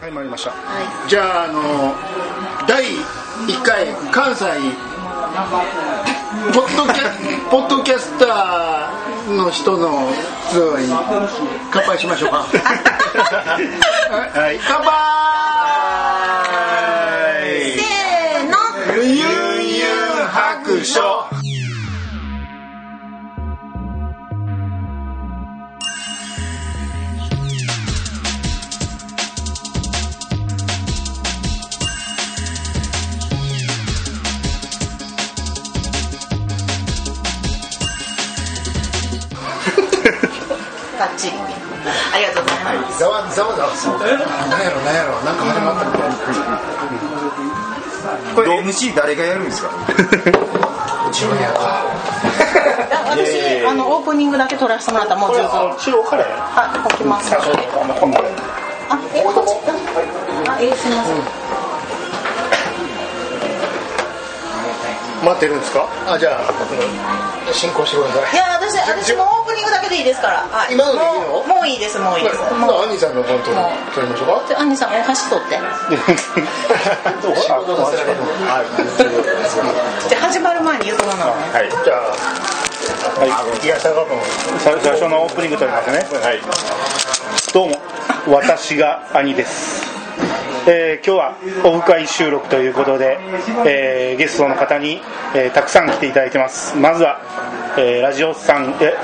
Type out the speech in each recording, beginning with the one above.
はい参りました、はじゃああの第1回関西ポッドキャポッドキャスターの人の集いに乾杯しましょうかはい乾杯せーのゆんゆん白書バッチリありがとうございますざわざわざわするなんやろなんやろなんか始まったみたいなこれ MC 誰がやるんですか自分やか私あのオープニングだけ撮らせてもらったらもう十分中央からやるあ置きますああの本からやるえこっちあえすみません待ってるんですかあじゃあ進行してくださいいや私私もオープニングだけでいいですから、はい、今のでいいのもうもういいですもういいです今もう度アンニさんの本当に撮りましょうかちょアンニさんお箸取ってじゃあ始まる前に言うとこなのねはいじゃあはい東坂君最最初のオープニング撮りますねはいどうも私が兄ですえー今日はオフ会収録ということで、えーゲストの方に、えーたくさん来ていただいてますまずは、えーラジオさんえ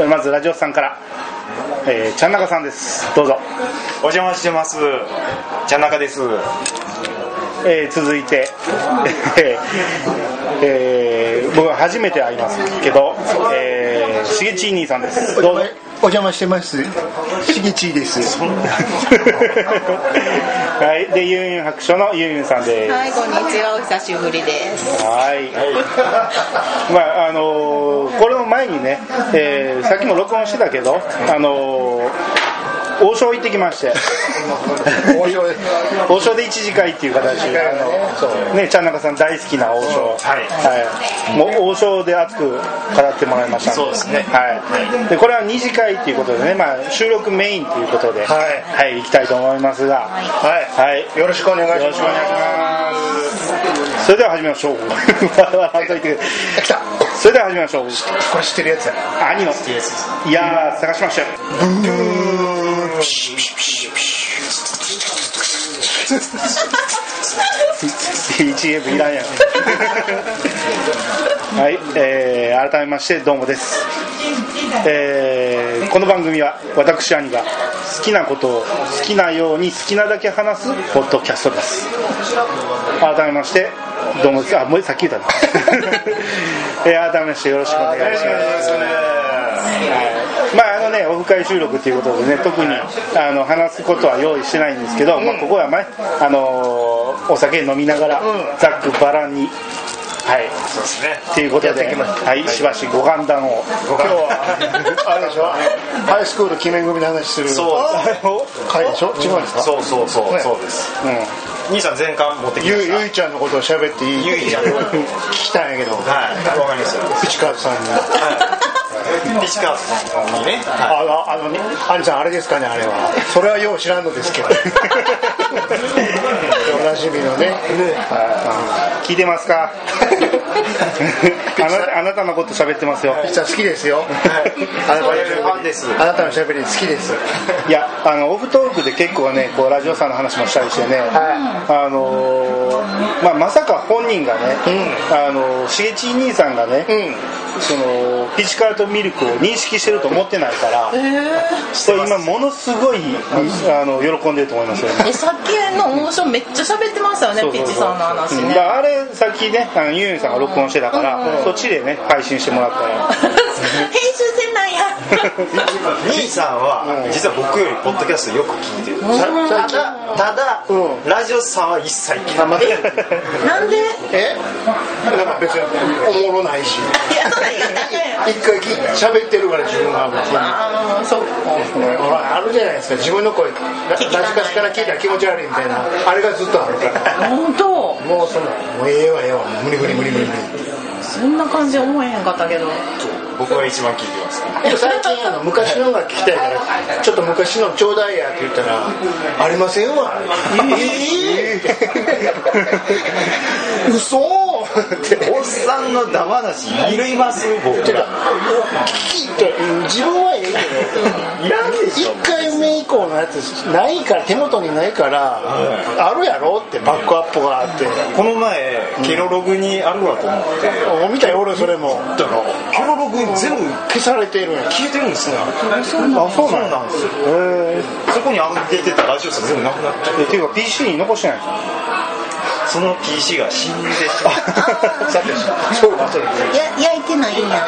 えーまずラジオさんから、えー、ちゃんなかさんですどうぞ、お邪魔してますちゃんなかですはえー続いて、えーえー僕は初めて会いますけど、えー、しげちい兄さんですどうぞお邪魔してますしぎちですはい、でユンユン白書のユンユンさんではいこんにちはお久しぶりですす。はい。まああのーこれの前にね、えーさっきも録音してたけど、あのー王将行ってきまして、面白い王将で一時会っていう形で、あのね、ちゃんなかさん大好きな王将、はいはい、もう王将で熱く語ってもらいましたんそうですねはい、でこれは二次会ということでね、まあ、収録メインということで、はいはい、行きたいと思いますが、はいはい、よろしくお願いしますよろしくお願いします。それでは始めましょう。笑っといて来たそれでは始めましょう。これ知ってるやつや兄の。いやー、探しましたよ。BGM いらんやん。はい、えー、改めましてどうもです。えーこの番組は私兄が好きなことを好きなように好きなだけ話すポッドキャストです。改めましてどうもですあもうさっき言ったな、 えー改めましてよろしくお願いしますはいまああのねオフ会収録ということでね特にあの話すことは用意してないんですけど、まあ、ここは、まあのーお酒飲みながら、ざっくばらんにはいそうですねっていうことで、はい、しばしご歓談をご今日はあれでしょハイスクール鬼面組の話するそう回でしょ違うんですかそうそうそうねそうですうん、兄さん全巻持ってきまゆしたゆいちゃんのことを喋っていいゆいちゃんはい聞きたいんやけどわかりました市川さんにはい石川さんにねはあのあのね兄さんあれですかねあれはそれはよう知らんのですけどおなじみのねは聞いてま すかあなあなたのこと喋ってますよいピッツァ好きですよいあそういうファンですあなたのしゃべり好きですいやあのオフトークで結構ねこうラジオさんの話もしたりしてね、あのーまあ、まさか本人がね、あのーしげちい兄さんがね、そのピチカートミルクを認識してると思ってないから、それ今ものすごいあの喜んでると思いますよねえさっきの王将めっちゃ喋ってましたよねピッチさんの話 うんねだからあれさっきねあのユンユンさんが録音してたから、そっちでね配信してもらったら編集せんなんや兄さんは実は僕よりポッドキャストよく聞いてるただただうラジオさんは一切聞いてないなん でいえなんか別におもろないしやそんなん言ったらあかんやん一回き喋ってるから自分が別にああそうほらあるじゃないですか自分の声ラジカスから聞いたら気持ち悪いみたいなあれがずっとあるから 本当もうそんなもうええわええわ無理無理無理無理無理そんな感じ思えへんかったけど僕僕が一番聞いてますいや最近あの昔のが聞きたいからちょっと昔のちょうだいやって言ったら「ありませんわ」ええー、嘘っておっさんのダマなしいるいます僕ら聞いて自分はええいらんでけしどょ1回目以降のやつないから手元にないからあるやろってバックアップがあってこの前ケロログにあるわと思ってお見たよ俺それもだからケロログ全部消されてるんや消えてるんですねあそうなんんでですすよよへえそこに上げてたラジオさん全部なくなっちゃっえっていうか PC に残してないんですかたその PC が死んでしまっあー さてそうかそれや焼いてないんや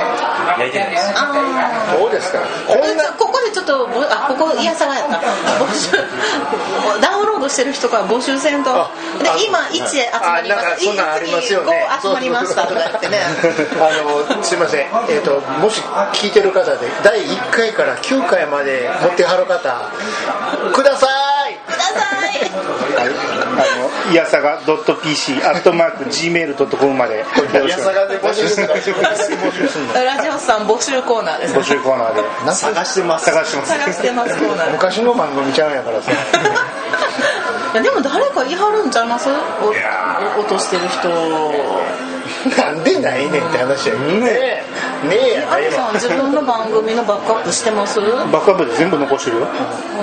焼いてないですあどうですかーここでちょっとぼあここいやさがやった募集 ダウンロードしてる人から募集せんとあであ今1集まりまあなんかしそんなんあたりますよね5集まりましたとか言 ってねあのすいません、えー、ともし聞いてる方で第1回から9回まで持ってはる方くださいくださいあのいやさが .pc アットマーク gmail.com までよろいしやくさがで募集して大丈夫ですラジオさん募集コーナーです募集コーナーで探してます探してます探してますコ ーナー昔の番組ちゃうんやからさいやでも誰か言い張るんちゃいますおお落としてる人なんでないねんって話やけどねえねえやアないリさわん自分の番組のバックアップしてますあバックアップで全部残してるよ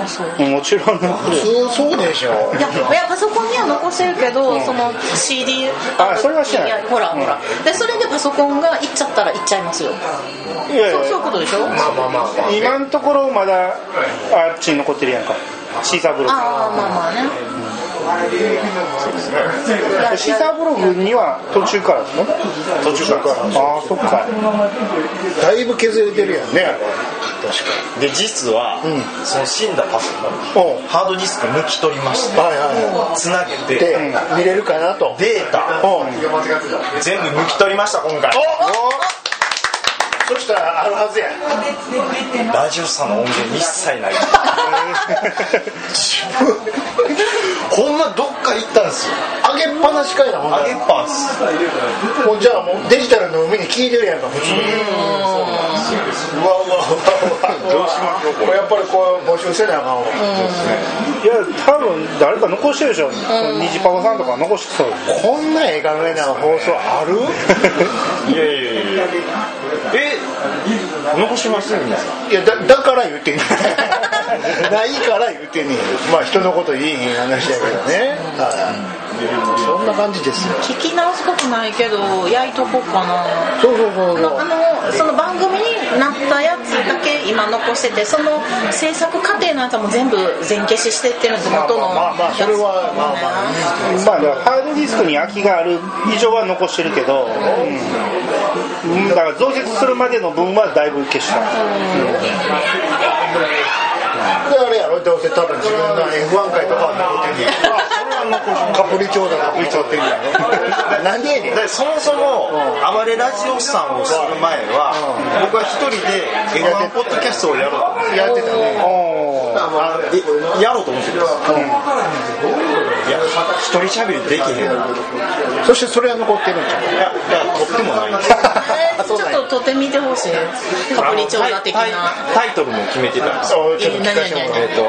そうもちろん残るそうそうでしょいやいやパソコンには残してるけど、その CD あそれはしてないやほらほら、でそれでパソコンがいっちゃったらいっちゃいますよ、いやいそうそういうやことでしょ、まあまあまあまあ今のところまだあっちに残ってるやんかシーサーブログああまあまあねシーサーブログには途中からですね途中からああそっかだいぶ削れてるやんねで実は、その死んだパソコンハードディスク抜き取りましてはいはつなげいてで、デ見れるかなとータを全部抜き取りました今回そしたらあるはずやラジオさんの音源一切 ないほんまどっか行ったんですよ上げっぱなしかいなほんな揚らげっぱんですもうじゃあもうデジタルの海に聞いてるやんか普通にうわうわうわうわどうしましょうここれやっぱりこう募集せなあかんわいや多分誰か残してるでしょ虹パパさんとか残してそうこんなええかげな放送あるれいやいやいやいやえ残しましたよ皆さんいやだだから言ってんね んないから言ってんねんまあ人のこと言いへん話だけどね、はい、そんな感じですよ聞き直すことないけど焼いとこうかなそうそうそうそうあのその番組になったやつだけ今残しててその制作過程のやつはもう全部全消ししてってるんです元まのあまあまあやつそれはまあまあまあだからハードディスクに空きがある以上は残してるけど、うん、だから増設するまでの分はだいぶ消した、であれやろどうせ多分自分の F1 回とかは残ってんねやカプリチョーダカプリチョーってんねやろなんでやねんでそもそもあまりラジオさんをする前は僕は一人で F1 ポッドキャストをやろうやってたねおーあのえやろうと思ってるんですよ、いや一人しゃべりできへんいやいやそしてそれは残ってるんちゃうとってもないんですえーちょっと撮ってみてほしいカプリチョーダ的なタイタイタイトルも決めてたんですよそうちょっと聞かせてもらおうえっ、と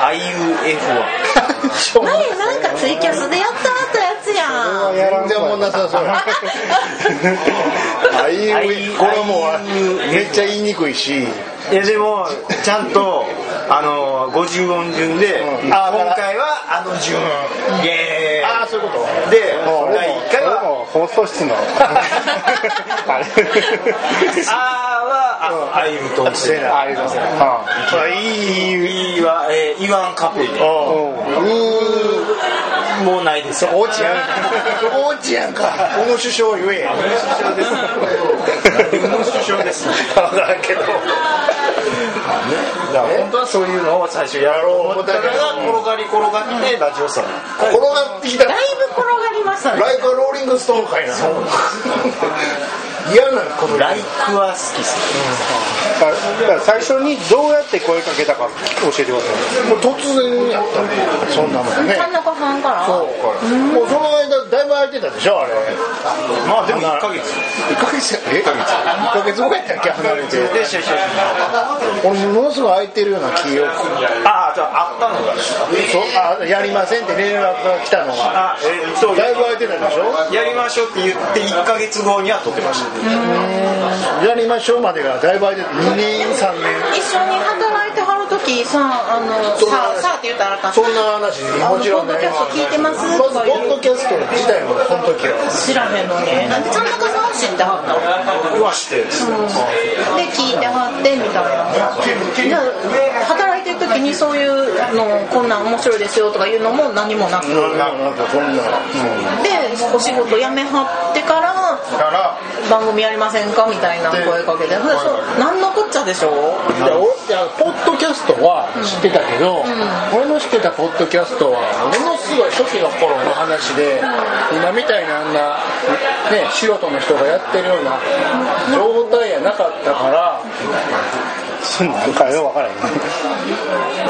「IUF1 しょうもない何なんかツイキャスでやったやつや全ん然おもんなさそうやあいうえこれもうめっちゃ言いにくいし」いやでもちゃんとあの50音順で、うんあ今回はあの順イエーイああそういうことでもう俺第も1回は俺も放送室のあ「れあ」はあ「あいうと」せなありませんああいいいいわ、えー、イワンカプリおううもうないですよー落ちやんそこ落ちやんかこの首相言えや首相です分からんけど本当はそういうのを最初やろうと思ったから転がり転がってラジオさん転がってきただラいイぶ転がりましたねクローリングストーンかいな嫌なことライクは好きっすだから最初にどうやって声かけたか教えてくださもう突然やったねそんなもんね田中さんからそうもうその間だいぶ空いてってたでしょあれまあでも1ヶ月1ヶ月え1ヶ月1ヶ月ぐらいだっけ離れてで試合しました俺ものすごい空いてるような記憶ああじゃああったのがそうあやりませんって連絡が来たのがあえっとだいぶ空いてたでしょやりましょうって言って1ヶ月後には撮ってましたやりましょうまでがだいぶ空いてた2年3年一緒に働いてはる時さあのそんなさあさあって言ったらあかんそんな話あのもちろんねポッドキャスト聞いてますまずポッドキャスト自体もこの時は知らへんのになんで田中さんは知ってはったのうわしてですねで聞いてはってみたいなじゃあ働いてる時にそういうのこんなん面白いですよとかいうのも何もなくでなんかそんなお仕事辞めはってからだから番組やりませんかみたいな声かけてほんでそうなんのこっちゃでしょいや俺いやポッドキャストは知ってたけど、俺の知ってたポッドキャストはものすごい初期の頃の話で、今みたいなあんな、ね、素人の人がやってるような状態やなかったから、そんなんかよう分からへん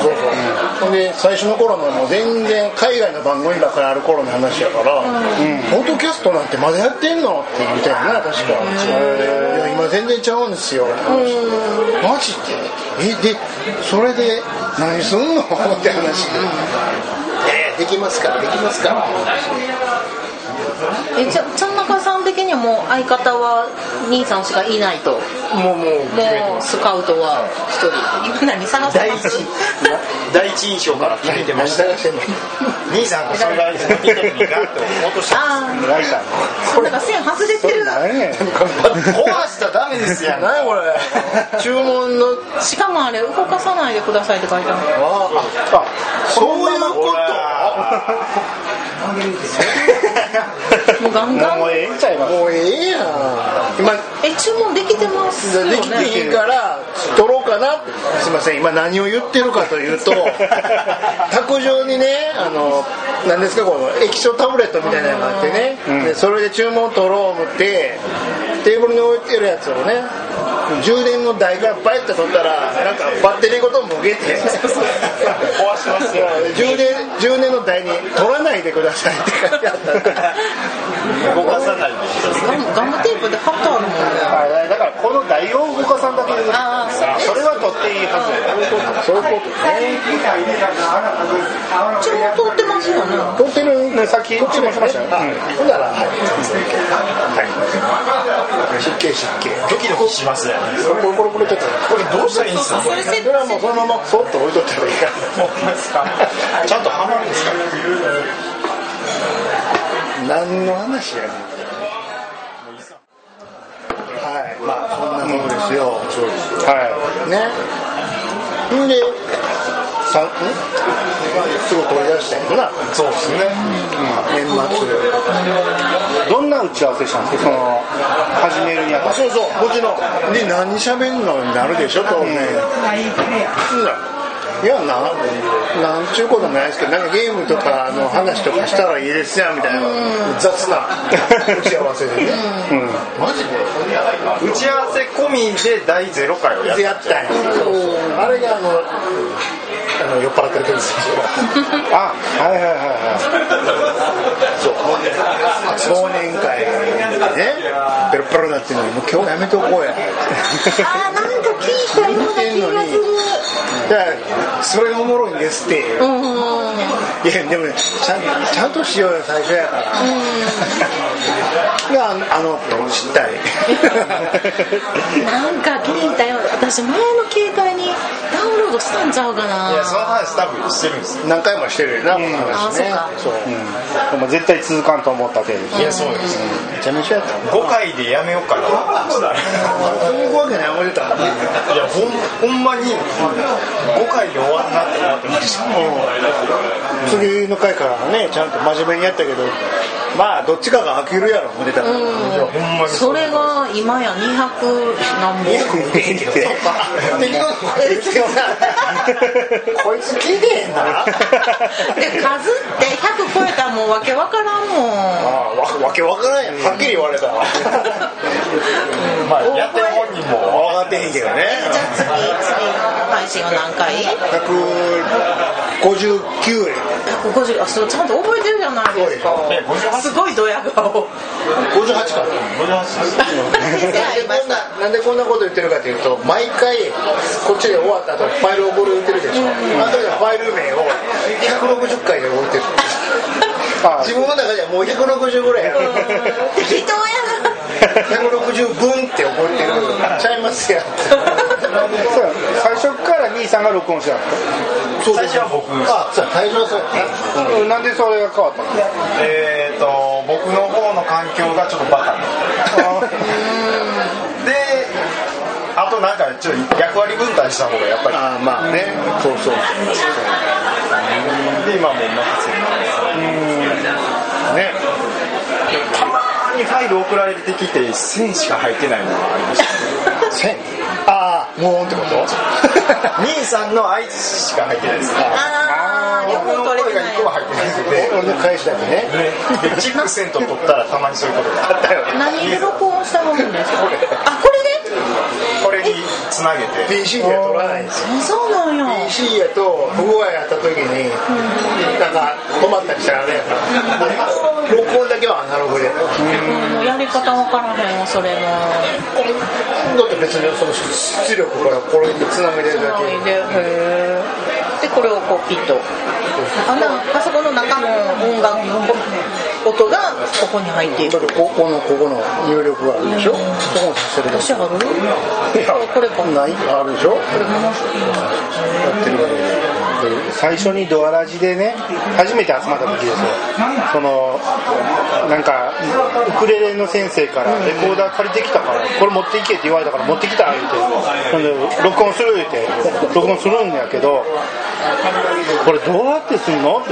そうそうほんで最初の頃のもう全然海外の番組ばっかりある頃の話やから、ポッドキャストなんてまだやってんのって言ったよな確か、いや今全然ちゃうんですよ、マジでえでそれで何すんのって話で、えできますからできますからえじゃあ田中さん的にはもう相方は兄さんしかいないともうもうもうスカウトは一人 今何探して第ま一す第一印象から決めてま何 した探してんの兄さんがそれがいいのにガッと落としたあライターあなんか線外れてる何やねん壊したらダメですやん何これ注文のしかもあれ動かさないでくださいって書いてあるそういうこほらもうガンガンもうええんちゃいますもうええやん今え注文できてますよねできていいから取ろうかなすいません今何を言ってるかというと卓上にねあの何ですかこの液晶タブレットみたいなのがあってね、でそれで注文取ろう思ってテーブルに置いてるやつをね充電の台からバイッと取ったらなんかバッテリーごともげて壊しますよ充電充電の台に取らないでくださいって書いてあったと動かさないでガムガムテープで貼ってあるもんねあだからこの台を動かさんだけああそうそれは取っていいはずそういうことね注文通ってますよね取ってるねさっき注文しましたよ、ほんなら、はい。失敬失敬。ドキドキしますやんこれこれこれちょっと。これどうしたらいいんですかそれセッそれはトもうそのままそっと置いとったらいいから。ちゃんとハマるんですか何の話やねん。はい、まあそんなものですよ。そうですよ。はね。んで、さん、んすぐ取り出したんやな。そうですね年末。いどんな打ち合わせしたんですかその始めるにあたあ、ってそうそう、もちろん。で、何喋んのになるでしょ、当然。いやな、なんちゅうことないですけど、なんかゲームとかの話とかしたらいいですやんみたいな、雑な打ち合わせでね、マジ打ち合わせ込みで第0回をやでるやったんや、あれがあの、あの酔っ払ってる時です あはいはいはいはそう、忘年会でね、ペロペロなってるのに、もう今日やめとこう や。あーなんか聞いたような気がするいやそれがおもろいんですって、うんうんいやでもねちゃんちゃんとしようよ最初やから、 いやあのあの知ったいなんか聞いたような私前の携帯にダウンロードしたんちゃうかないやその話多分してるんですよ何回もしてるよな、このあ話そうねかそういでも絶対続かんと思ったけどいやそうです、めちゃめちゃやった5回でやめようかなそういうわけない思ってたもんねいやほんほんまに5回で終わんなって思ってました次の回からはねちゃんと真面目にやったけどまあどっちかが飽きるやろ思ってたからほんまにそれが今や200何本結局こいつがさこいつ聞いてへんなで数って100超えたらもうわけわからんもんあわわけわからんやんはっきり言われたわまあやってる本人も分かってへんけどねじゃあ次次配信を何回159円150あそうちゃんと覚えてるじゃないですかすごいドヤ顔58かこんななんでこんなこと言ってるかというと毎回こっちで終わった後ファイル送る言ってるでしょあとでファイル名を160回で置いてるあ自分の中ではもう160ぐらいや適当やな160分って覚えてるちゃいますやんそうや最初から兄さんが録音してたんです最初は僕あそう最初はそうかなんでそれが変わったのえー、と僕の方の環境がちょっとバカであとなんかちょっと役割分担した方がやっぱりああまあねそうそうで今もう任せるねたまにファイル送られてきて1000しか入ってないものがありました千ああもうって こと兄さんの相槌しか入ってないですあー両僕の方取声れてがない1個も入ってないので俺の返しだけねでチックセント取ったらたまにそういうことがあったよね何で録音したもんですかあこれでこれにつなげて PC では取らないんですよあそうなんや PC やと不具合あった時になんか止まったりしたらあれやから録音だけはアナログでもうやり方わからへんわそれのだって別にその出力からこれにつなげてるだけないでへーでこれをこうピッとあなパソコンの中の音楽の音がここに入っていだるってここのここの入力があるでしょそこにさせるだけ私あるこれこれないあるでしょやってるわけで最初にドアラジでね初めて集まった時ですよそのなんかウクレレの先生からレコーダー借りてきたからこれ持っていけって言われたから持ってきた言うてほんで録音する言うて録音するんやけどこれどうやってするのって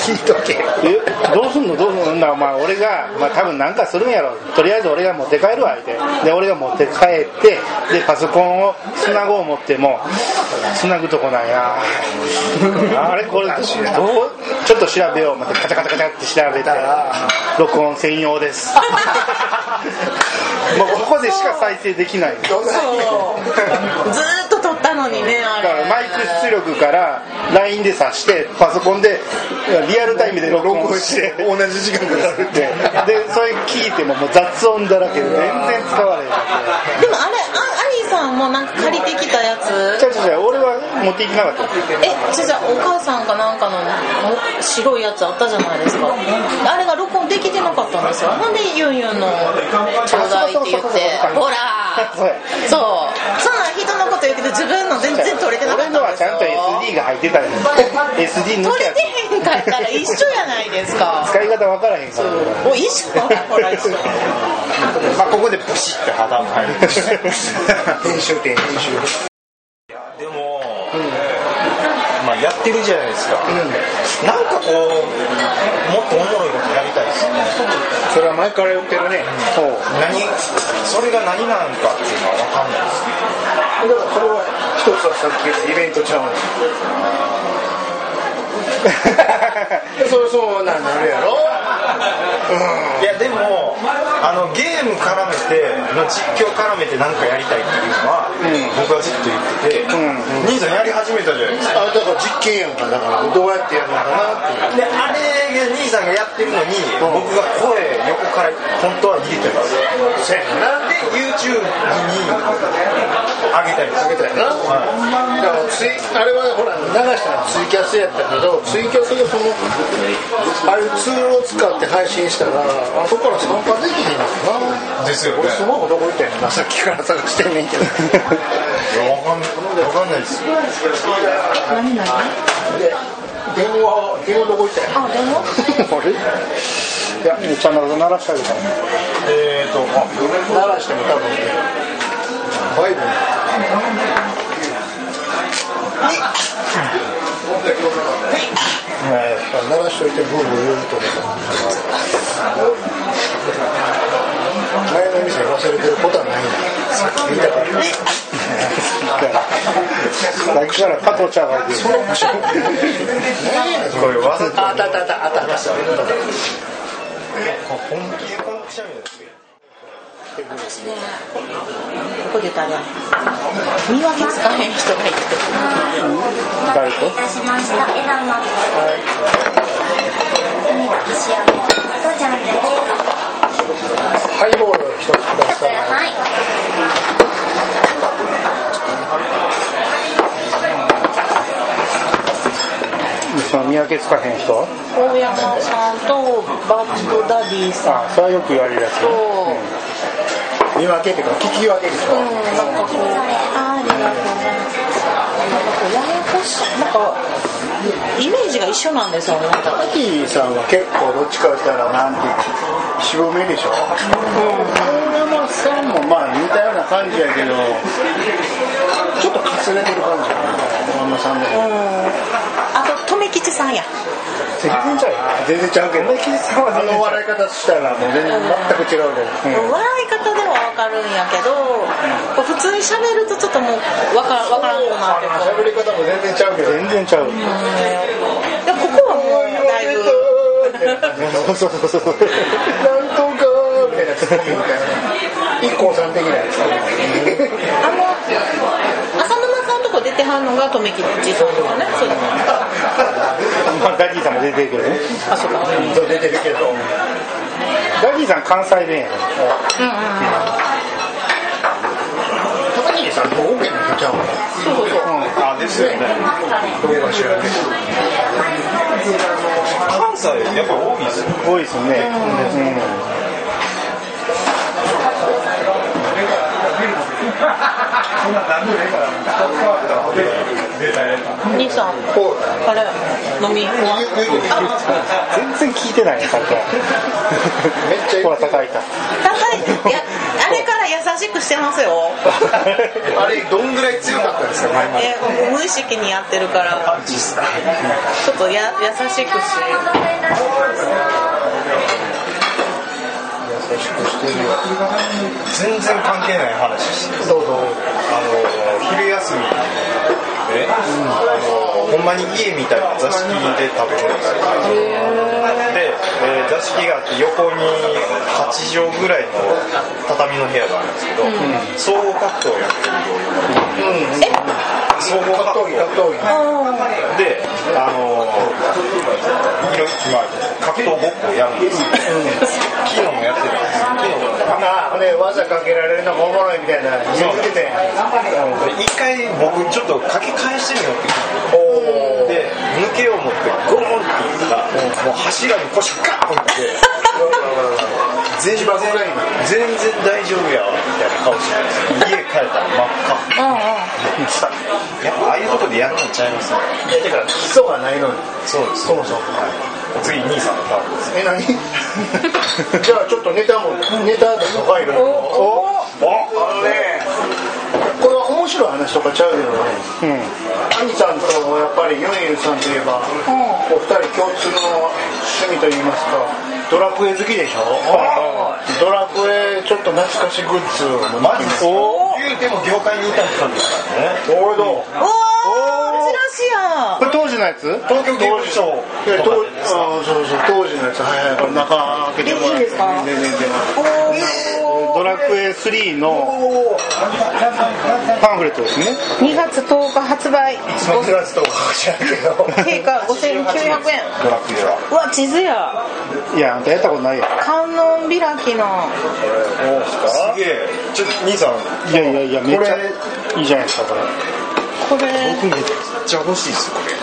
聞いとけえどうすんのどうすんのまあ俺が、まあ、多分なんかするんやろとりあえず俺が持って帰るわ言うてで俺が持って帰ってでパソコンをつなごう思ってもつなぐとこなんやあれこれどうちょっと調べよう思ってカチャカチャカチャって調べたら録音専用です もうここでしか再生できないどんなそうずーっと撮ったのにねあだかられマイク出力から LINE で挿してパソコンでリアルタイムで録音して同じ時間かかるってででそれ聞いてももう雑音だらけで全然使われへんでもあれあアニーさんもなんか借りてきたやつちゃうちゃうちゃう俺は持っていけなかったえじゃじゃお母さんかなんかのお白いやつあったじゃないですかあれが録音できてなかったんですよなんでユンユンのちょうだいって言ってほらそうやそうそんなん人のこと言うけど自分の全然取れてなかった俺んのはですちよゃんと SD が入ってたんや SD 抜取けれやてへんかったら一緒やないですか使い方分からへんかそうらもう一緒ほら一緒まあここでブシッて肌を入る編集点編集でも、まあやってるじゃないですか、なんかこうもっとおもろいことやりたいですよねそれは前から言ってるねそう何それが何なのかっていうのは分かんないですだからそれは一つはさっき言ったイベントチャンス そうそうなんなるやろいやでもあのゲーム絡めての実況絡めて何かやりたいっていうのは、僕はずっと言ってて、兄さんやり始めたじゃないですかあだから実験やんかだからどうやってやるのかなっていでうあれが兄さんがやってるのに、僕が声横から本当は入れてたんですよせやなで YouTube に上げたいんですあげたやな、だからツイあれはほら流したのツイキャスやったけどツイキャスでそのあれツールを使って配信したらあそこから参加できへんのかなですよね俺スマホどこ行ったんやなさっきから探してんねんけどいやわかんわかんないです何何 で電話電話どこ行ったんやあでもあれいやめっちゃ鳴らしてあげたらえーとまあ鳴らしても多分ねファイブにえ鳴らしといてブーブー言うと思った前の店に忘れてることはないんださっき見たからさっきから加藤ちゃんがいるーこれわざとああったあったあったあったあった本気でこのくしゃみなんですよ私ねここで誰見分けつかへん人がいて誰といたしました。枝の海が石山とちゃんです。ハイボール一つくださいはい。その見分けつかへん人大山さんとバッドダディさんあそれはよく言われるやつ、と、見分けっていうか聞き分けですうかん、なんかこう、あーありがとうございます。なんかこう、ややこしい、なんか、イメージが一緒なんですよね、なんか。アキさんは結構どっちか言ったらなんていうか渋めでしょ大山さんもまあ似たような感じやけどちょっとかすれてる感じやな大山さんでもうん。あと、留吉さんや。全然ちゃう全然ちゃうけどあの笑い方したらもう全然全く違うけど、笑い方ではわかるんやけど、こう普通に喋るとちょっともう、わから、わからんくなって喋こり方も全然ちゃうけど全然ちゃう。う、でもここはもう、だいぶ、そうそうそうそう。なんとかみたいなツッコミみたいな。一光さん的なやつ。あの、浅沼さんとこ出てはんのが留吉さんとかね、そうですね。まあ、ダディさんも出てるけどねあ、そうか。うんうん。そう出てるけど。ダディさん関西弁やから高木さんとオーケーの人ちゃうかそうそうそう。あですよねどうか知らんけど。関西やっぱ多いですよ多いですよね、うん兄さん、あれ、飲み、あ、全然聞いてないねさっきからめっちゃほら叩いた高い、いや、あれから優しくしてますよ。あれどんぐらい強かったんですか。え、無意識にやってるから、ちょっとや優しくし。優しくしてるよ。全然関係ない話してるどうぞ。あの昼休みで、あのほんまに家みたいな座敷で食べるんですよで、えー座敷があって横に8畳ぐらいの畳の部屋があるんですけど、総合格闘をやってる総合格闘格闘技格闘技。で、あのー、いろいろ今格闘ごっこをやるんですよ昨日もやってたんですよ昨日もああ、ね技かけられるのがおもろいみたいな。言ってて。で一回僕ちょっとかけ返してみようって言ってで抜けよう思ってゴーンって言ったらもう柱に腰ガーンって全然全然大丈夫やわみたいな顔してたんですよ家帰ったら真っ赤うんうん。やっぱああいうとこでやっとちゃいますねだから基礎がないのに。そうでそもそも。次兄さんのターンですえ、 何。じゃあちょっとネタもネタでも入る。おあのね、これは面白い話とかちゃうけどね、うん兄さんとやっぱりユンユンさんといえば、お二人共通の趣味といいますか、ドラクエ好きでしょ、ドラクエちょっと懐かしグッズをマジですか言うても業界にいた人ですからね俺のおお、珍しいやこれ当時のやつ東京ゲームショーいやと当かあーそうそう当時のやつはいはいこれ中開けてもらっていいですか全然ん。ドラクエ3のパンフレットですね2月10日発売。全然月とか知らんけど定価5900ド円。ラクエはうわ、地図や。いやあんたやったことないや観音開きの。すげえちょっと兄さんいやいやいやめっちこゃいいじゃないですかこれこれ。僕めっちゃ欲しいっすこれ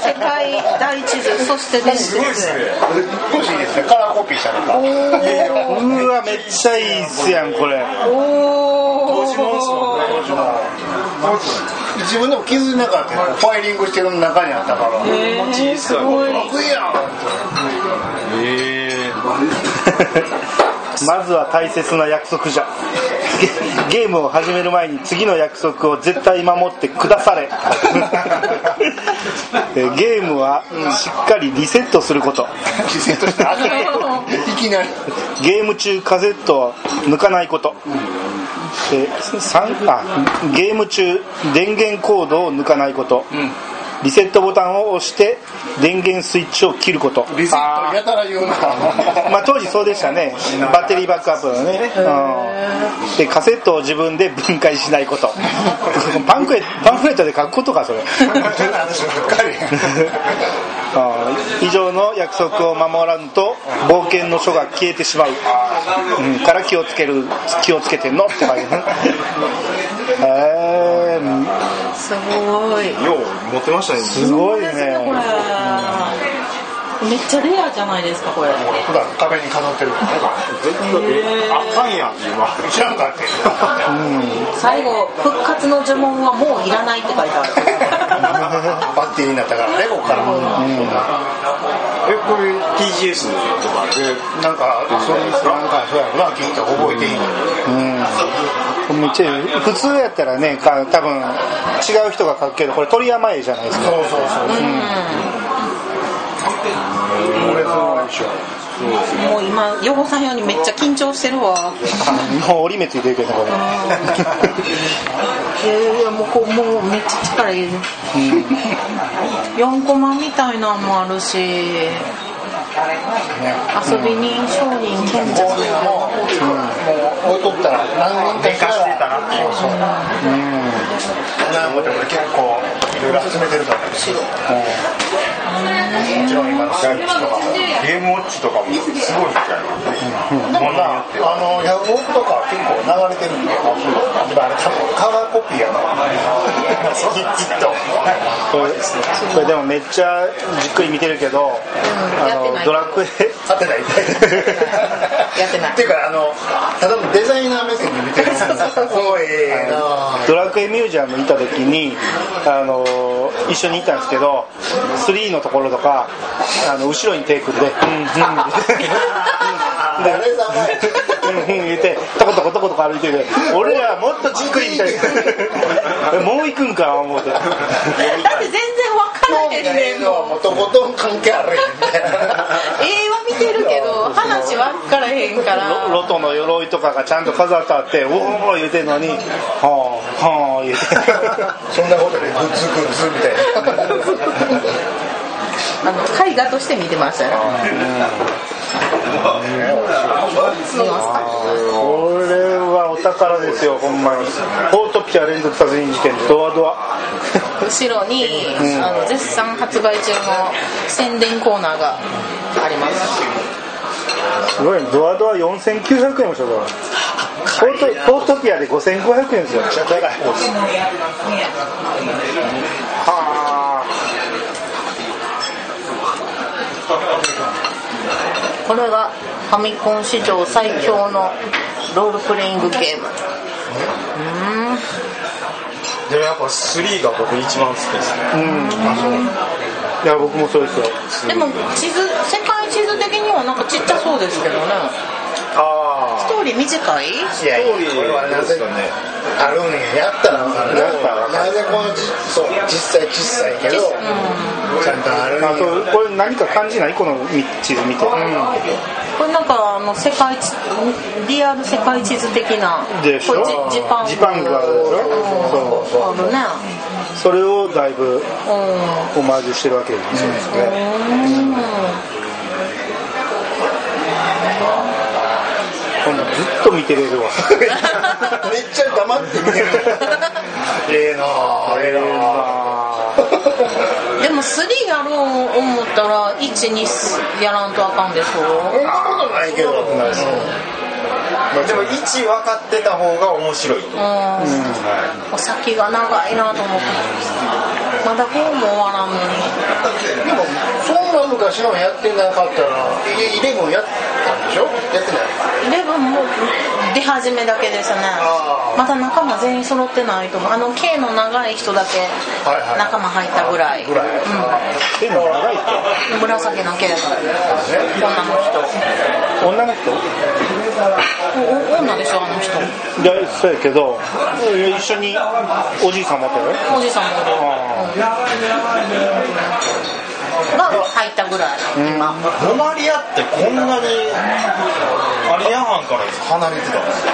全世界大地図そして電すごいっ鉄すね欲しいですねカラーコピーしたのかうわめっちゃいいっすやんこれお自分でも気づいてなかったよファイリングしてる中にあったからーすごい楽やんまずは大切な約束じゃ ゲゲームを始める前に次の約束を絶対守ってくだされえゲームはしっかりリセットすることリセットしてあげていきなりゲーム中カセットを抜かないこと、えーさんあゲーム中電源コードを抜かないこと、リセットボタンを押して電源スイッチを切ることリセットやたら言うな まあ、当時そうでしたねバッテリーバックアップのね、うん、でカセットを自分で分解しないこと パンクレパンフレットで書くことかそれ変な話ばっかりあー以上の約束を守らんと冒険の書が消えてしまう、うん、から気をつける気をつけてんのって書いてあるへーすごいよう持ってましたねすごいですねこれねめっちゃレアじゃないですかこれ普段壁に飾ってる絶対えあかんやんって今知らんかって最後復活の呪文はもういらないって書いてあるバッテリーになったからねここからえこれ TGS とかでなんかそういうなんかそうやろな聞いた覚えていいうんめっちゃいい普通やったらねか多分違う人が書くけどこれ鳥山絵じゃないですかそうそうそうこれすごいでしょもう今ヨゴさんよりめっちゃ緊張してるわもう折り目ついてるけどねこれいやいやもうこうもうめっちゃ力入れる4コマみたいなんもあるし遊び人商人賢者さんもう置いとったら何人か寝かしてたなっていうそうなんかでも俺結構いろいろ集めてるからもちろん今のスイッチとかもゲームウォッチとかもすごいみたいなでもな、あの、ヤフオクとかは結構流れてるんで、今あれ多分カラーコピー やな。きっと。これこれでもめっちゃじっくり見てるけど、あやってなのいドラク エ当てない。やってないっていうか、あの、ただのデザイナー目線で見てる。 そうええな。ドラクエミュージアムに行った時に、あのー一緒に行ったんですけど3のところとかあの後ろに手組んで「うんうん」誰様やうんうん言ってトコトコトコトコ歩いてて俺らもっとじっくりみたいなもう行くんか思うてだって全然わからへんねんのはもんもともと関係ある絵は見てるけど話わからへんからロロトの鎧とかがちゃんと飾ってあって「おお」言うてんのに「はあはあ」言うてそんなことでグッズグッズみたいな。あの絵画として見てましたよ見ますかこれはお宝ですよほんまにオートピア連続殺人事件ドアドア後ろに、あの絶賛発売中の宣伝コーナーがありますすごいねドアドア4900円もしょポートポートピアで5500円ですよはこれがファミコン史上最強のロールプレイングゲームでもやっぱ3が僕一番好きですねあいや僕もそうですよでも地図世界地図的にはなんかちっちゃそうですけどねあストーリー短いいやいや、これはなぜですかねあるんや、やったらわかるな。なぜこのち、そう、実際小さいけど、ちゃんとあるんやあ。とこれ何か感じないこの地図見て、これなんかあの世界地リアル世界地図的なでしょこれジジパングジパングがあるでしょそうあるねそれをだいぶうんオマージュしてるわけですよね、こんなんずっと見てれるわめっちゃ黙って見てる。ええなぁ、ええなでも3やろう思ったら12やらんとあかんでしぁ。そょんなことないけど。あでも1分かってた方が面白いとうん、お先が長いなと思ってまだ4も終わらんのにでも、そんな昔のやってなかったら、イレブンやったんでしょやってない。 11も出始めだけですねあーまだ仲間全員揃ってないと思うあの K の長い人だけはいはい仲間入ったぐらいぐらいでも長いってうん、紫の K だ女の女の人人おお女でしょあの人いやそうやけどいや一緒におじいさんもおったよおじさんもいるうんが入った ぐらいロマリアってこんなにアリア藩から離れてたんですか、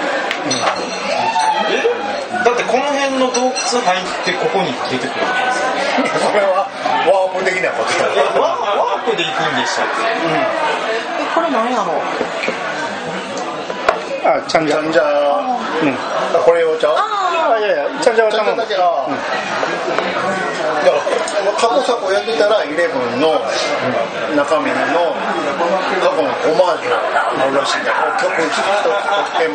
えだってこの辺の洞窟入ってここに出てくるんですよそれはワープ的なことえワワープで行くんでしたっけえこれ何やろうあちゃんじゃだじゃあうんこれをちゃうああいやいやちゃんじゃはちゃん頼とむだけど、だから過去作をやってたらイレブンの中身の過去のオマージュがあるらしいんだから曲一つとっても、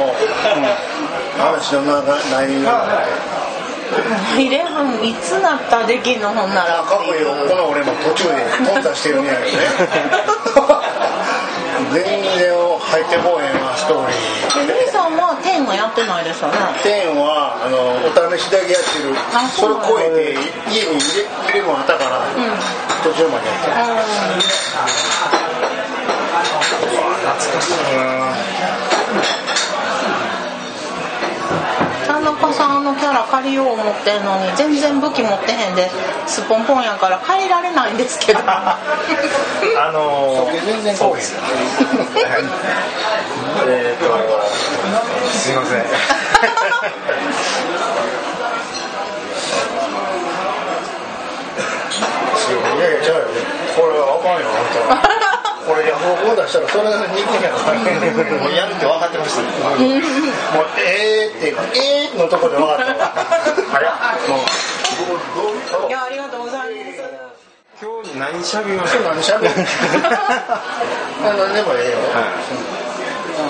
話のな内容イレブンいつなったらできんのほんなら過去よこの俺も途中で頓挫してるんやけどね 全然入ってこうへんわストーリー。えルイさんは天はやってないですよね天はあのお試しだけやってるあそそれうなの超えて家に入れ入れもあったから、途中までやった田中さんのキャラ借りよう思ってんのに全然武器持ってへんですっぽんぽんやから借りられないんですけどあのー、全然こうへんえー、とすいませんいやいやちゃうよこれはあかんよあんたこれで方向出したらそれが肉やからもうやるって分かってましたもうえーってえーのとこで分かったわあれもういやありがとうございます今日何しゃべりましちょったと何しゃべる何でもええよ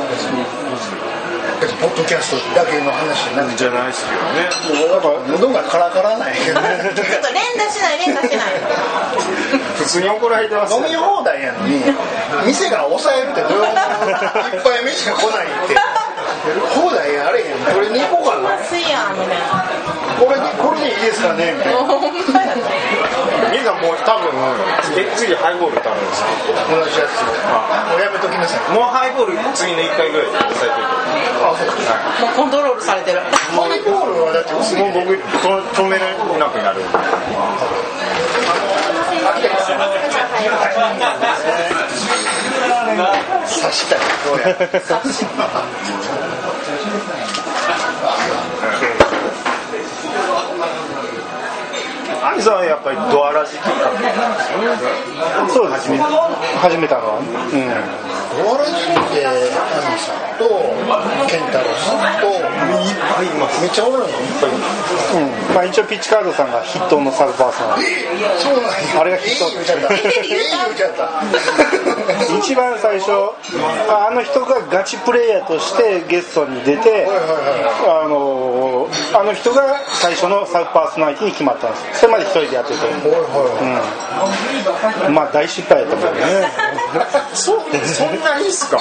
別にポッドキャストだけの話じゃなくてじゃないですけもうなんか喉がカラカラないけどね ちょっと連打しない連打しないどね普通に怒られてます飲み放題やのに店が抑えるってどういうこといっぱい飯が来ないって放題やれへんこれに行こうかな安いやんみたいなこれこれでいいですかねみたいなほんまやねみんなもう多分え次ハイボール頼むんですよ同じやつもうやめときなさいもうハイボール次の1回ぐらいで抑えもうコントロールされてるハイボールはだって薄いといてもう僕と止められなくなるんで刺したいどうやアリさんはやっぱりドアラジきっかけそうですね始めたのはねドアラジって兄さんと健太郎さんといっぱいいますめっちゃおるのいっぱいいますうん、うんまあ、一応ピッチカードさんが筆頭のサブパーソナそうなんやあれがヒットええ言うちゃったええ言うちゃったル一番最初ああの人がガチプレイヤーとしてゲストに出てあのあの人が最初のサブパーソナリティに決まったんですそれまで一人でやってて、うん、まあ大失敗だったもんねそうそんないいっすか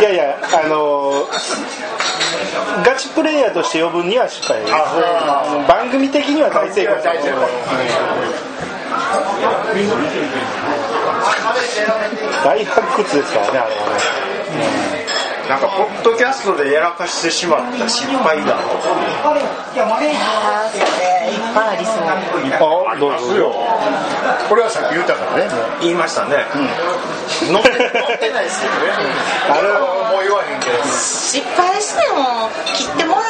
いやいやあのガチプレイヤーとして呼ぶには失敗番組的には大成功だった大発掘ですからねあれはねなんかポッドキャストでやらかしてしまった失敗だとかいっぱいありそうあどうぞ これはさっき言ったからねもう言いましたね、乗って乗ってないですけどねあれはもう言わへんけど失敗しても切ってもらえ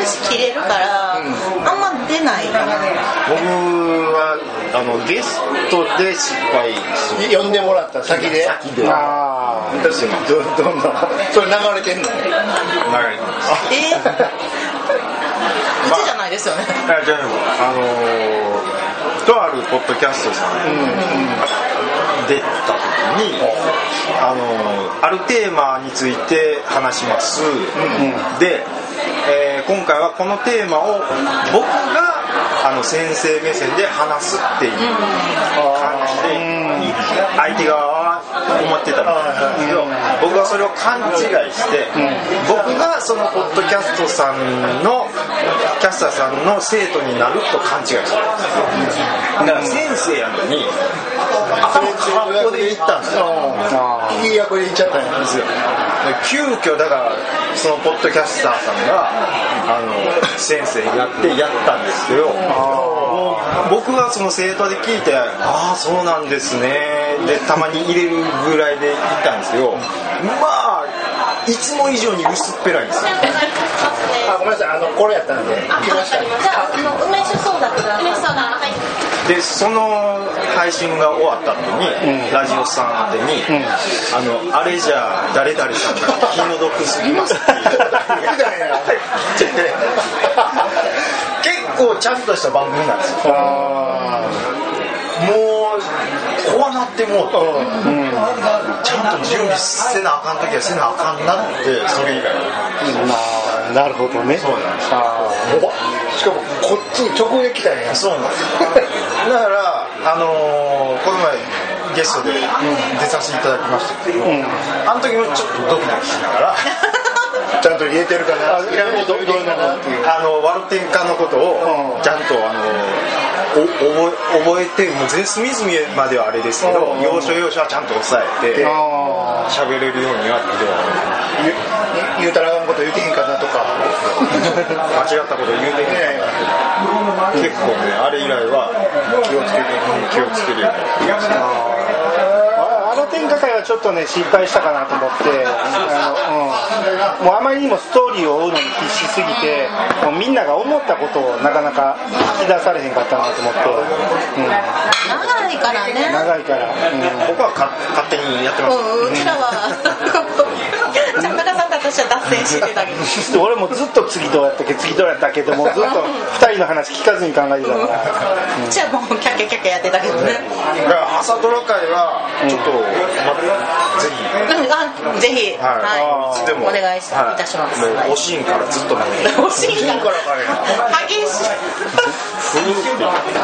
るし切れるから、あんま出ないかな僕はあのゲストで失敗し呼んでもらった先で先でああ私どどんなそれ流れてんの流れてますえー、うちじゃないですよねあじゃああのーとあるポッドキャストさん出た時に、あのーあるテーマについて話します、で、えー今回はこのテーマを僕があの先生目線で話すっていう感じで、相手側は思ってたみたいなんですけど、僕はそれを勘違いして、僕がそのポッドキャストさんのキャスターさんの生徒になると勘違いしてたんですよだから先生やのに頭空っぽで行ったんですよあいい役で言っちゃったんやですよで急遽だからそのポッドキャスターさんがあの先生になってやったんですけどもう僕がその生徒で聞いて「ああそうなんですね」でたまに入れるぐらいで行ったんですけどまあいつも以上に薄っぺらいんですよあごめんなさいあのこれやったんであ、わかりました。じゃあ、あの梅酒ソーダください。梅酒ソーダ、はい。でその配信が終わった後に、ラジオさん宛てに、あの「あれじゃ誰々さんが気の毒すぎます」って いう来てて 結構ちゃんとした番組なんですよもう怖なってもうて、ちゃんと準備せなあかん時はせなあかんなってそれ以外まはあなるほどねそうなんですしかもこっちに直撃だねそうなんですだからあのーこの前ゲストで出させていただきましたけど、あの時もちょっとドキドキしなが らちゃんと言えてるかな入れることどうなのっていうあのワルテンカのことをちゃんとあのお覚え覚えてもう全隅々まではあれですけど要所要所はちゃんと押さえてあ喋れるようにはっては言う言うたらあかんこと言うてへんかなとか間違ったこと言うてんね結構ねあれ以来は気をつけて気をつけるようになってきましたああの展開会はちょっとね心配したかなと思ってあの、うん、もうあまりにもストーリーを追うのに必死すぎてもうみんなが思ったことをなかなか引き出されへんかったなと思って、うん、長いからね。長いから、うん僕はか勝手にやってまうすん、うちらは。ちゃんなかさんと私は脱線してたけど。で俺もずっと次どうやったっけ次どうやったっけってもうずっと2人の話聞かずに考えてたからじゃあもうキャキャキャキャやってたけどね。だから朝ドラ会はちょっと、まぜひうんあ、ぜひ、はいはいあーでもお願いしいはたします。もうおしんからずっとなんで欲しいから。激しい。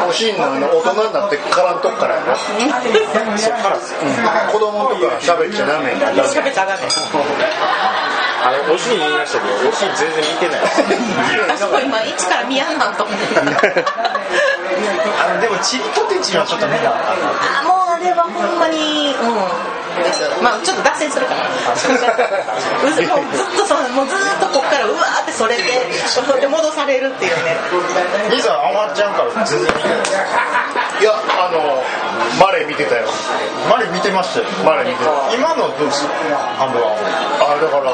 おしんのあの大人になってからんとこからやろそっからですよ子供の時から喋っちゃダメや喋っちゃダメ。あれおしん言いましたけどおしん全然見てないです私も今一から見やんなんと思って。あのでもちりとてちはちょっと見なあかんなあもうあれはほんまにうんですまあちょっと脱線するからうずもうずっとそのもうずっとこっからうわーってそれでで戻されるっていうね兄さんあまちゃんから全然見てないですいやあのマレー見てたよマリ見てましたよマレー見てた今のどうです半分はあだから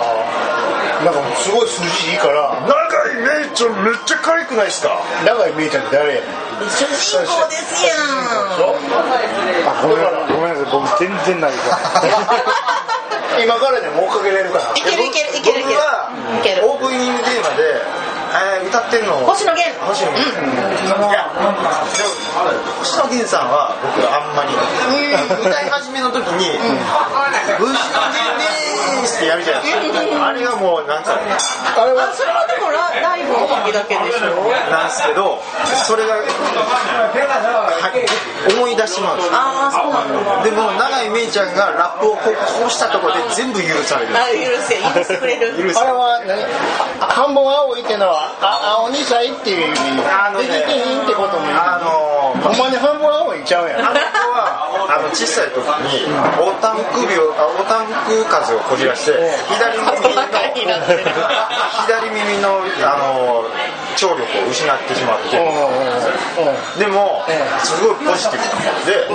なんかすごい筋いいから長いめいちゃんめっちゃ可愛くないですか長い見えちゃんって誰やねん主人公ですやんあごめんなさいごめんなさい僕全然 ないから今からでも追っかけれるからいけるいけるいけるいける僕はいけるオープニングテーマで、えー歌ってんのを星野源星野源、いやでも星野源さんは僕あんまり歌い始めの時に「星野源です」ってやるじゃないですかあれがもうなんかあそれはでもラライブの時だけでしょなんですけどそれがはい思い出しまうんですよああそうなんだでも永井芽郁ちゃんがラップをこうこうしたとこで全部許されるあ許せ許してくれる許あされれるは何あ半分青いってのはあ青二歳っていう意味あのねできてへんってことも言うあのーほんまに半分青いちゃうやんあの子はあの小さい時にオタンク病あオタンク風邪をこじらして左耳の赤になってる左耳のあの聴力を失ってしまってでもすごいポジティブで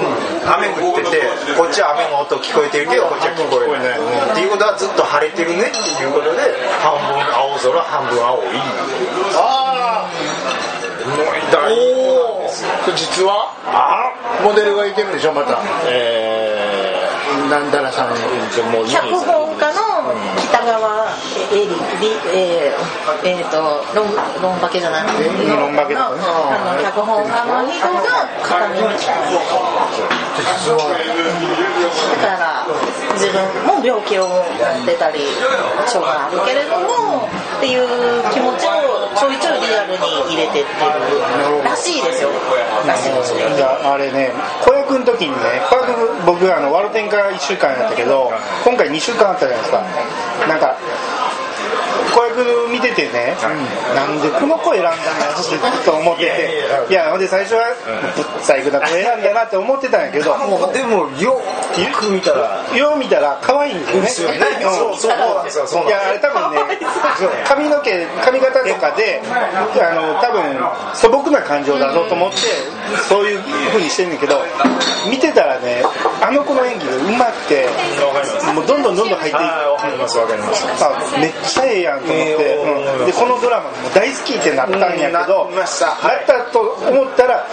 雨降っててこっちは雨の音聞こえてるけどこっちは聞こえないっていうことはずっと晴れてるねっていうことで半分青空半分青いああおお実はあモデルがいてるでしょまたえなんだらさんにーじゃあもういいです脚本家の北川エリリえーえーとロンロンバケじゃないロンバケとのかねあの脚本家の人が片耳だから自分も病気を持ってたり障害あるけれどもっていう気持ちをちょいちょいリアルに入れてってるらしいですよらしいですねじゃああれね子役の時にね子役僕あのワルテンから1週間やったけど今回2週間あったじゃないですかなんか子役見ててね、なんでこの子選んだのってと思ってていやほんで最初はぶっ細工な子選んだなって思ってたんやけどもうでもよく見たらよう見たら可愛いんですよね。ですよねうん そうそうなんですよそうなんいですよやあれ多分ね、髪の毛髪型とかで、あの多分素朴な感情だぞと思ってそういう風にしてんねんけど、見てたらねあの子の演技がうまくて、もうどんどんどんどん入っていくあーわかりますわかりますあめっちゃええやんと思って、ええうんでこのドラマも大好きってなったんやけど、うんなりましたはいなったと思ったら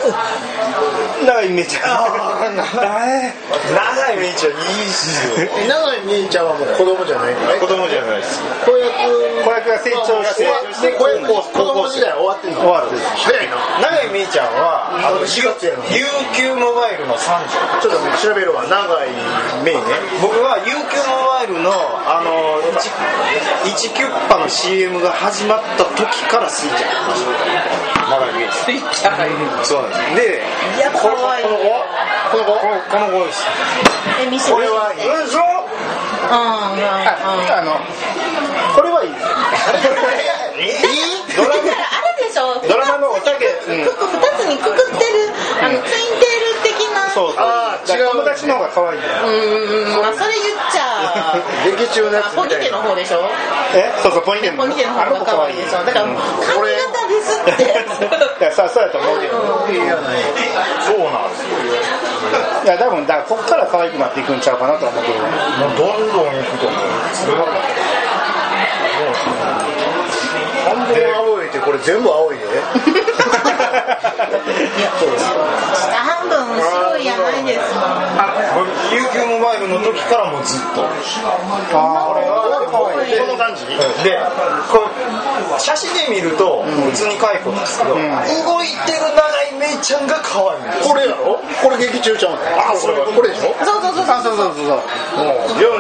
長いめちゃ長い長いめいちゃんいいっすよ長井美恵ちゃんはもう子供じゃないのね子供じゃないです子役子役が成長して終わって子役子供時代終わってんの終わってる早いな長いめいちゃんはあのうん四月やろ UQ モバイルの三女ちょっと調べるわ長井美恵ね僕は UQ モバイルのあの1キュッパの CM が始まった時からスイちゃんやりました長いめいちスイッチャゃんそうなんですでいやこの可愛いこの子この子この子ですえ見せこれはうんうんうそうんあのこれはいいだからあれドラでしょドラマのおたけ二つにくくってるあのツインテール的なそうあーだから違う友達の方が可愛いんだようんまあそれ言っ劇ちゃ中のやあつポみニたテいのな方でしょえそうそうポニテのポニテの方が可愛いでしょだからうん髪型ですってやついやさそうやと思うけどそうなんですいや多分だからこっから可愛くなっていくんちゃうかなとは思うけどもうどんどん行くと思うそれは半分青いってこれ全部青いで下半分白いやないですもん僕 UQ モバイルの時からもうずっとあこれは可愛いこの感じでこう写真で見ると普通に解雇なんですけど、ん動いてる長いめいちゃんが可愛いんですこれやろこれ劇中ちゃうんあそれこれでしょそうそうそうあそうそうそうそういや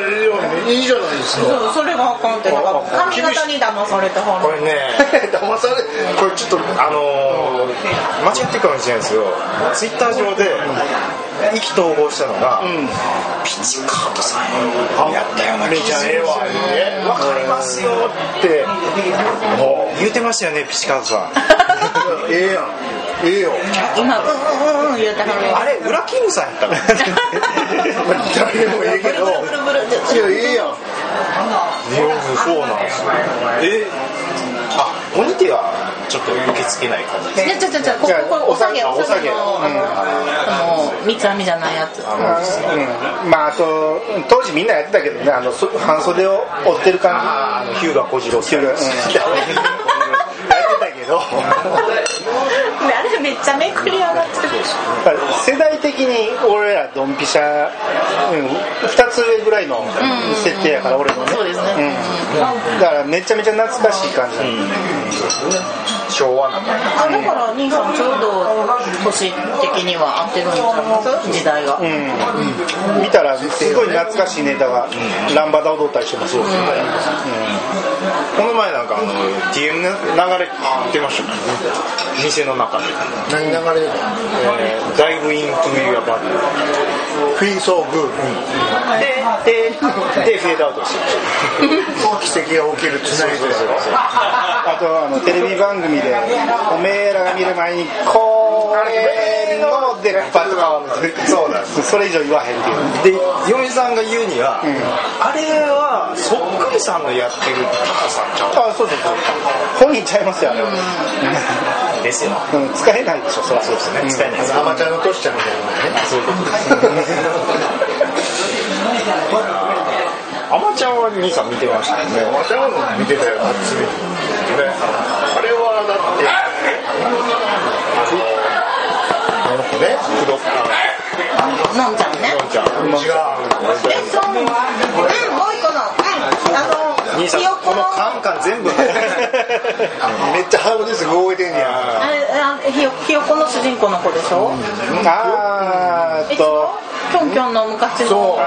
いやいいじゃないですかそうそれがあかんってなんか髪型に騙されてはこるれね 騙されこれちょっとあのー間違ってるかもしれないですけどツイッター上で意気投合したのが、ピチカートさんやったような気がするわかりますよってもう言うてましたよねピチカートさんええやんええよ今うんうんうん言うてはあれ裏キングさんやったの誰でもええるブけルどブルブルブルっていやええやんそうなんですよえあポニテはちょっと受け付けない感じいやちょちょちょこここれお下げお下げのあのあの三つ編みじゃないやつうんまああと当時みんなやってたけどねあのそ半袖を折ってるあ感のヒューガ小次郎じ、うん、やってたけどあれめっちゃめくり上がってる世代的に俺らドンピシャ、うん、2つ上ぐらいの設定やから俺もねそうですねうん、だからめちゃめちゃ懐かしい感じ、昭和なあだから兄さんちょうど年的には合ってるんじゃない時代がうん見たらすごい懐かしいネタが、ランバダ踊ったりしてます、この前なんかあの DM の流れ聞いてましたね店の中で、何流れるのえー、ダイブイントゥイヤバディフィーソーグーでででフェードアウトしてまし奇跡が起きるつなぎですよあとあのテレビ番組で「おめえらが見る前にこれの」でバッと変わるそうなんでそれ以上言わへんっていうたで嫁さんが言うには、あれはそっくりさんのやってるタカさんちゃあそうそうそう本人ちゃいますよあれは、うんですようん、使えないでしょそらそうですね使えないですアマチュアのトシちゃんみたいなねそういうことです。 アマちゃんは兄さん見てましたね。アマチュアの見てたよあっちでねあれはだってあの子ねクロッのんちゃんねちゃん。違うえそううんもう一個のうんあの兄さんひよ、ここののカンカン全部。めっちゃハードディスク動いてんねやあれあひよひよこの主人公の子でしょあーえっ違うとキョンキョンの昔のそうあ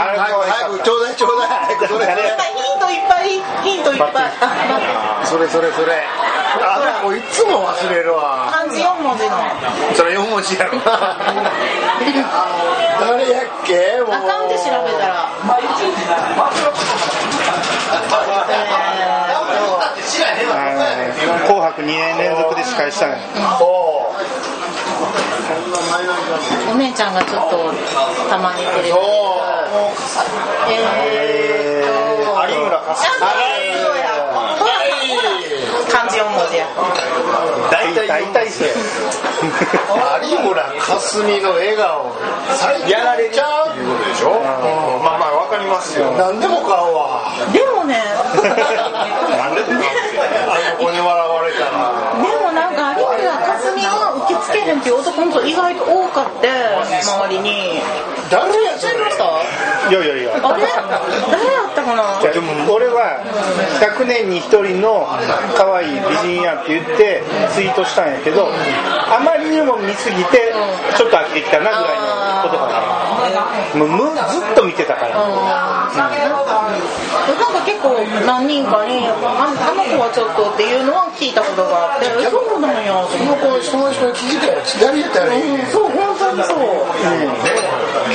あれかわい早くちょうだいちょうだい早くそれーなんかヒントいっぱいヒントいっぱいあそれそれそれあもういつも忘れるわ漢字四文字のそれ4文字やろな誰やっけもうアカウント調べたらえーっとあの紅白2年連続で司会したねお姉ちゃんがちょっとたまにテレビでえーと有村架あそうやほらほら漢字四文字や大体大体そうや有村架純の笑顔最やられちゃうまあまあわかりますよ何でも買うわでもねなんでってなんですよねあの子に笑われたらでもなんか有村架純を受け付けへんっていう男の人意外と多かって周りに誰やそ知れりましたあいやいやいやれ誰やったかなでも俺は100年に1人の可愛い美人やって言ってツイートしたんやけどあまりにも見すぎてちょっと飽きてきたなぐらいのことかなもうむずっと見てたからなんか結構何人かに「ああの子はちょっと」っていうのは聞いたことがあってえそうなんやとその思って子その人に聞いたやつ誰やったらいいねんうんそう本当にそう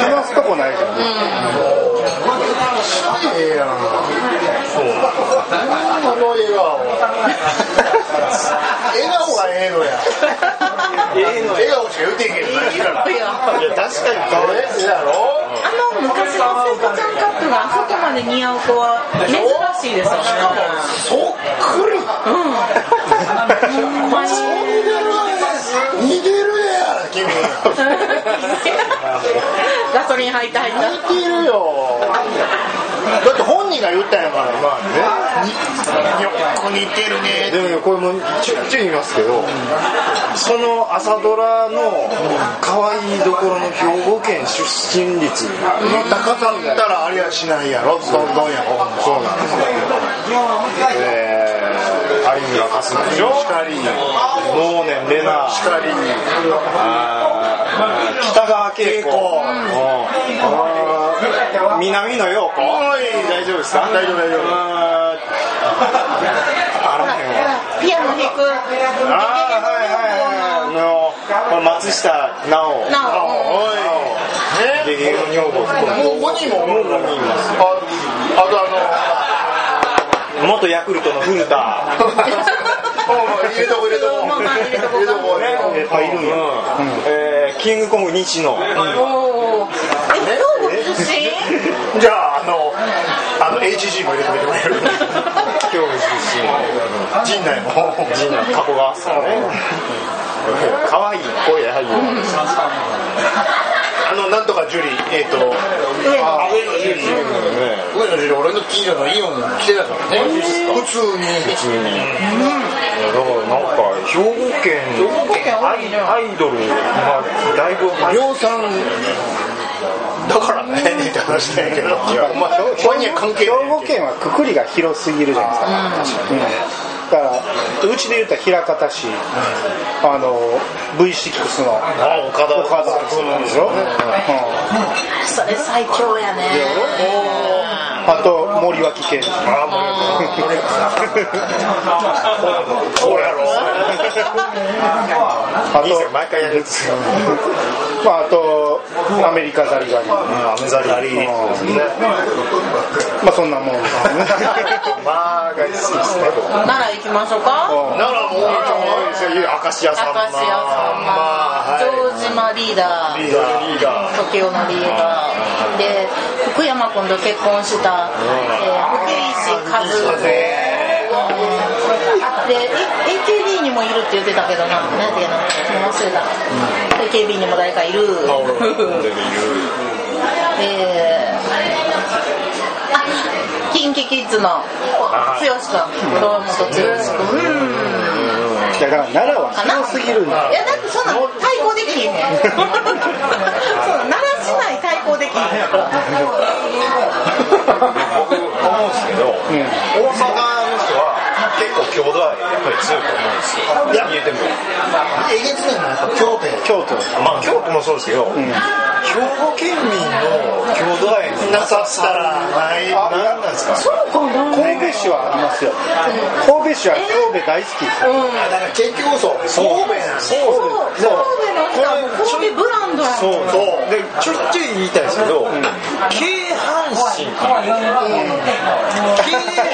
話すとこないじゃんええやんそうあの笑顔笑顔がええのや笑顔しか言うてへんけどないからいやいや確かに可愛いやろあの昔の聖子ちゃんカップがあそこまで似合う子は珍しいですよねそっくりほんまに似てるやん君 ガソリン入った入っ た似てるよだって本人が言ったんやからまあねによく似てるねでもねこれもちゅっちゅ言いますけど、その朝ドラの可愛いどころの兵庫県出身率の高さだったらありゃしないやろどんどんやろそうなんですよえー、有村架純でしょしかり能年玲奈しかりあー北川景景子子うんあー南野陽子大丈夫ですか大丈夫大丈夫あ ーあらへんわピアノ弾くあーはいはいはいあの松下奈緒なあねゲゲゲの女房もう5人もおるのにああとあ元ヤクルトの古田のおうおう入れとこ入れとこまあまあ入れとこ入れとこねやっぱいるんやえーキングコング西野おおえどうご出身じゃああのあの HG も入れてみてもらえる京都出身陣内も陣内加古川さんね可愛い声やはりあのなんとかジュリーえっ、とあ上野ジュリーね上野ジュリー俺の近所のイオンに来てたからね普通に普通にいやだからなんか兵庫県アイアイドルまあだいぶ量産だからねって話だけどお前お前には関係兵ない庫県はくくりが広すぎるじゃないですか、うんだからうちで言ったら枚方市、あの V6 のあ岡田岡田そうなんでですすよ、ようんあそれ最強やねと森脇健児そうやろあといいですよ毎回やるんですよまあ、あとアメリカザリガニ、まアメザリうんあそんなもんですねまあが好きですね僕なら行きましょうかならもう多いですよいい明石家さんま高橋屋さんまジョージマリーダーリーダーリーダー時代のリーダーで福山君と結婚した、えー福石和夫でえ AKB にもいるって言ってたけどな何やったっけなもう忘れた、AKB にも誰かいるえあキンキキッズの剛君堂本剛君だから奈良はかな広すぎるんいやだだってそんな対抗できひんね んそう鳴らしない対抗できひんから思うんですけど、大阪の人は結構郷土愛やっぱり強いと思うんですよ言うてもえげつないのはやっぱ京都や京都まあ京都もそうですけど、兵庫県民の郷土愛のなさったらない何なんですかそうかな神戸市はありますよ神戸市は神戸大好きですよだから結局そう神戸なんですよそう神戸の人はもう神戸ブランドやもんそうでちょっちょい言いたいんですけど、京阪神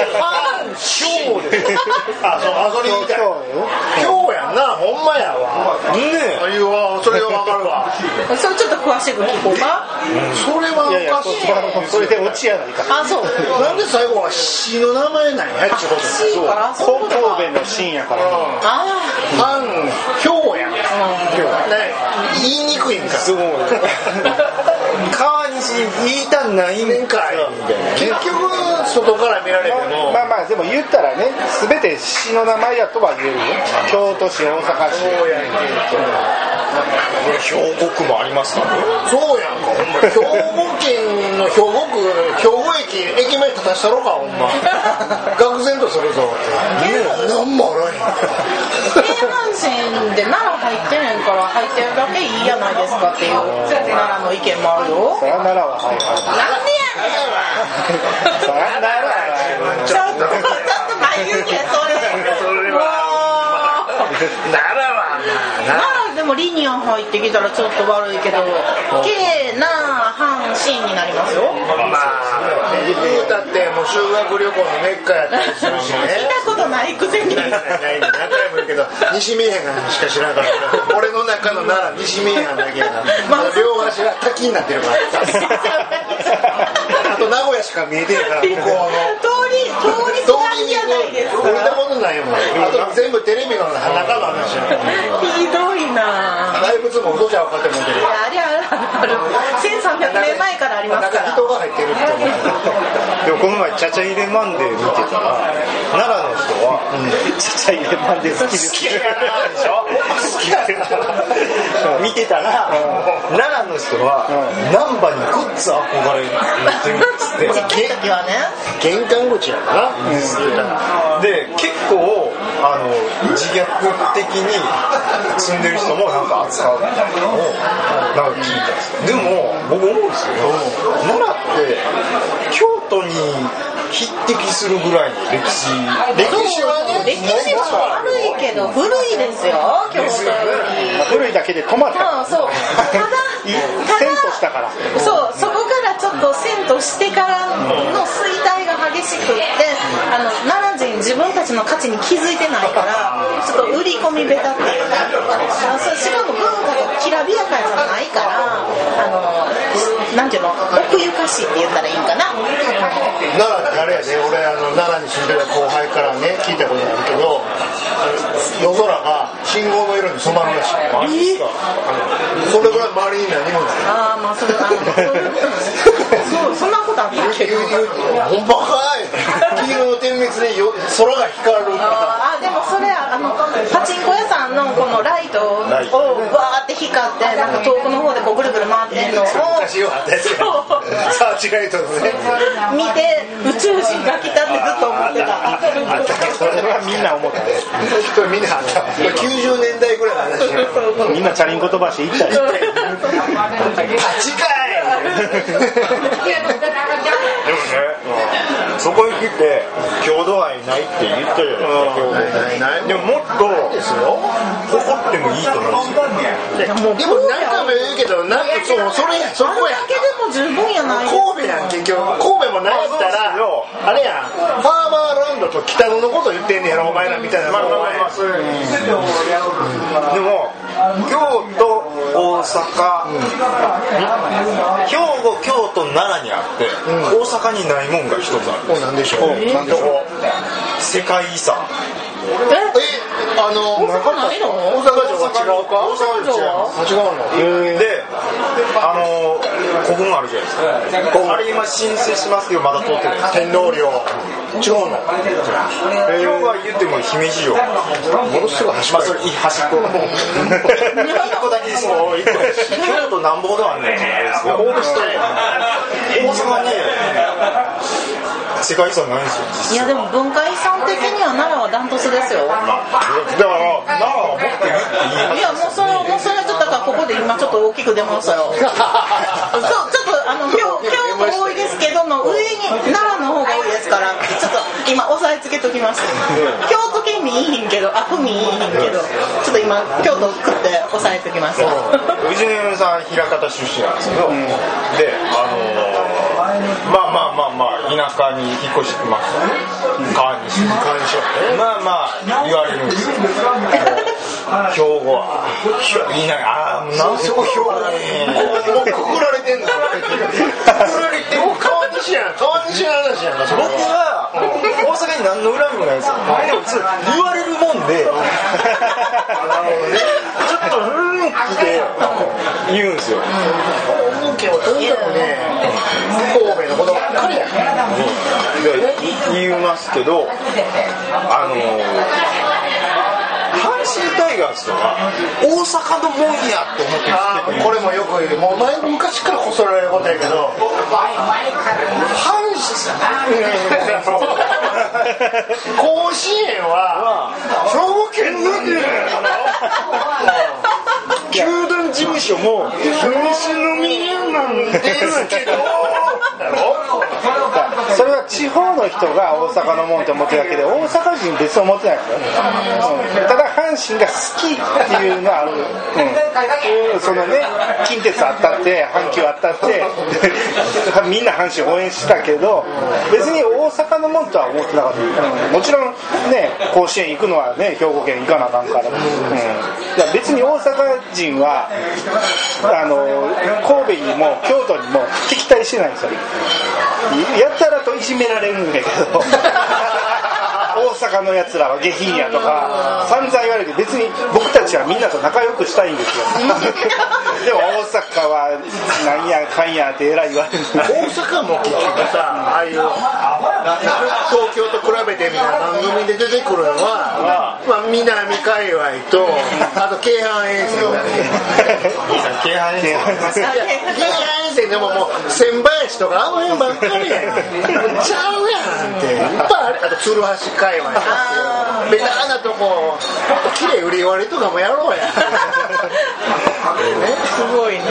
あそう京阪京であそれ言いたい今日やんなほんまやわねあいうわそれはわかるわそれちょっと詳しく聞こう かそれはいやいやおかそしいそらもうそれで落ちやないかあそうなんで最後は詩の名前なんやっちゅうことしいからそういう神ことか戸の深夜からあファン、今日やん。ね、言いにくいんかそう川西言いたんないんかいみたいな結局外から見られてもまあまあでも言ったらね全て市の名前やとは言えるよ京都市大阪市そうやんけこれ兵庫区もありますからねそうやんかほんま兵庫県の兵庫区兵庫駅駅前立たしたろかほんま愕然とするぞ何もあらへん京阪線で奈良入ってへんから入ってるだけいいやないですかっていう奈良の意見もあるよさよならははいはなんでやねんいさよならはちょっと、ちょっと、眉毛、それ。もうならばまあ、でも、リニア入ってきたら、ちょっと悪いけど。けな、阪神になりますよ。行っまあね言うたってもう修学旅行のメッカやったりするしねたことないくせに。何回も言うけど西見えへんしか知らんから俺の中の奈良西見えへんだけやなまあ両足が滝になってるからあと名古屋しか見えてへんから通向り、通りこすがりじゃないですうのか見たことないよあと全部テレビの中の話やもんひどいな。大仏も嘘じゃ分かってもってるいやあれあるある千三百年前からありますから。中人が入ってるって思うでもこの前「チャチャ入れマンデー」見てたら奈良の人は「チャチャ入れマンデー好きです」好きやなでしょ好きやな見てたら奈良の人は難波にごっつ憧れてるんですってちっちゃい時はね。玄関口やから言うたらで結構あの自虐的に住んでる人もなんか扱うみたいなのをなんか聞いたんですよでも僕思うんですけど奈良って京都に匹敵するぐらいの歴史歴史はね歴史は悪いけど、古いですよ。京都より。い古いだけで止まったまあそうただ遷都したからそうそこからちょっと遷都してからの衰退が激しくってあの奈良人自分たちの価値に気づいてないからちょっと売り込み下手っていうかあそうしかも文化がきらびやかじゃないからあのなんていうの奥ゆかしいって言ったらいいんかな奈良ってあれやで俺あの奈良に住んでた後輩からね聞いたことあるけど夜空が信号の色に染まるらしいそれぐらい周りに何もないああまあそれあの そうそんなことあったっけどほんまかい黄色の点滅でよ空が光るあーでもそれあのパチンコ屋さんのこのライトをライトわーって光ってなんか遠くの方でこうぐるぐる回ってんのを昔はあったやつやサーチライトのね見て宇宙人が来たってずっと思ってあったけどそれそれはみんな思った人みんなあった90年代ぐらいの話やみんなチャリンコ飛ばし行ったりパチかいでもねそこに来て郷土愛ないって言ったじゃないですかないでももっと誇ってもいいと思うんですよたもうでも何回も言うけどなんかそうそれやそあれこやだけでも十分やない神戸やん結局神戸も何やったらそうあれやんハーバーランドと北野のこと言ってんねやろお前らみたいなまあまあまあまあそういうのでも京都大阪、兵庫京都奈良にあって、大阪にないもんが一つあるもうなんでしょうなんでしょう世界遺産えあの大阪ないの大阪城は違うか大阪城はあ違うのであの古墳あるじゃないですかあれ今申請しますけどまだ通ってないです天皇陵違うの今日は言っても姫路城ものすごい端まあそれ端っこ一個だけですもう一個京都なんぼほどあんねんですよ大阪ね世界遺産ないんですいやよでも文化遺産的には奈良はダントツですよだから奈良は持ってるってい言いやもうそれはもうそれはちょっとだからここで今ちょっと大きく出ましたよ そうちょっとあの今日今日も多いですけどの上に奈良の方が多いですからちょっと今押さえつけときました京都県民いいひんけどあ府民いいひんけどちょっと今京都食って押さえときま したうちの嫁さん枚方出身なんですけど、であのーまあまあまあまあ田舎に引っ越してきましたね川西川西まあまあ言われるんですよ兵庫はいないああもうなんそこ兵庫だねもうくくられてんのくくられてもう川西やん川西の話やんかそこ僕は大阪に何の恨みもないんですよでも言われるもんででちょっと「うん」って言うんですよ運慶はとにかくね神戸のことばっかりやねで言いますけどあの阪神タイガースとか大阪のもんやって思ってるあーこれもよく言うもう前昔からこそられることやけど阪神甲子園は兵庫県の球団事務所も西宮なんですけどそれは地方の人が大阪のもんって思ってるだけで大阪人別に思ってないんですよ、うんただ阪神が好きっていうのはある、うんそのね近鉄当たって阪急当たって みんな阪神応援したけど別に大阪のもんとは思ってなかった、うんもちろんね甲子園行くのはね兵庫県行かなあかんから、うん、だから別に大阪人はあの神戸にも京都にも敵対してないんですよやたらといじめられるんだけど 大阪のやつらは下品やとか散々言われて別に僕たちはみんなと仲良くしたいんですよ でも大阪はなんやかんやってえらい言われる大阪も結局さああいう東京と比べてみたいな番組で出てくるのは、まあ、南界隈とあと京阪沿線だね京阪神いや京阪沿線でももう千林とかあの辺ばっかりやんちゃうやんっていっぱいあるあと鶴橋界隈とかベターなとこもっと綺麗売り割りとかもやろうやねすごいねや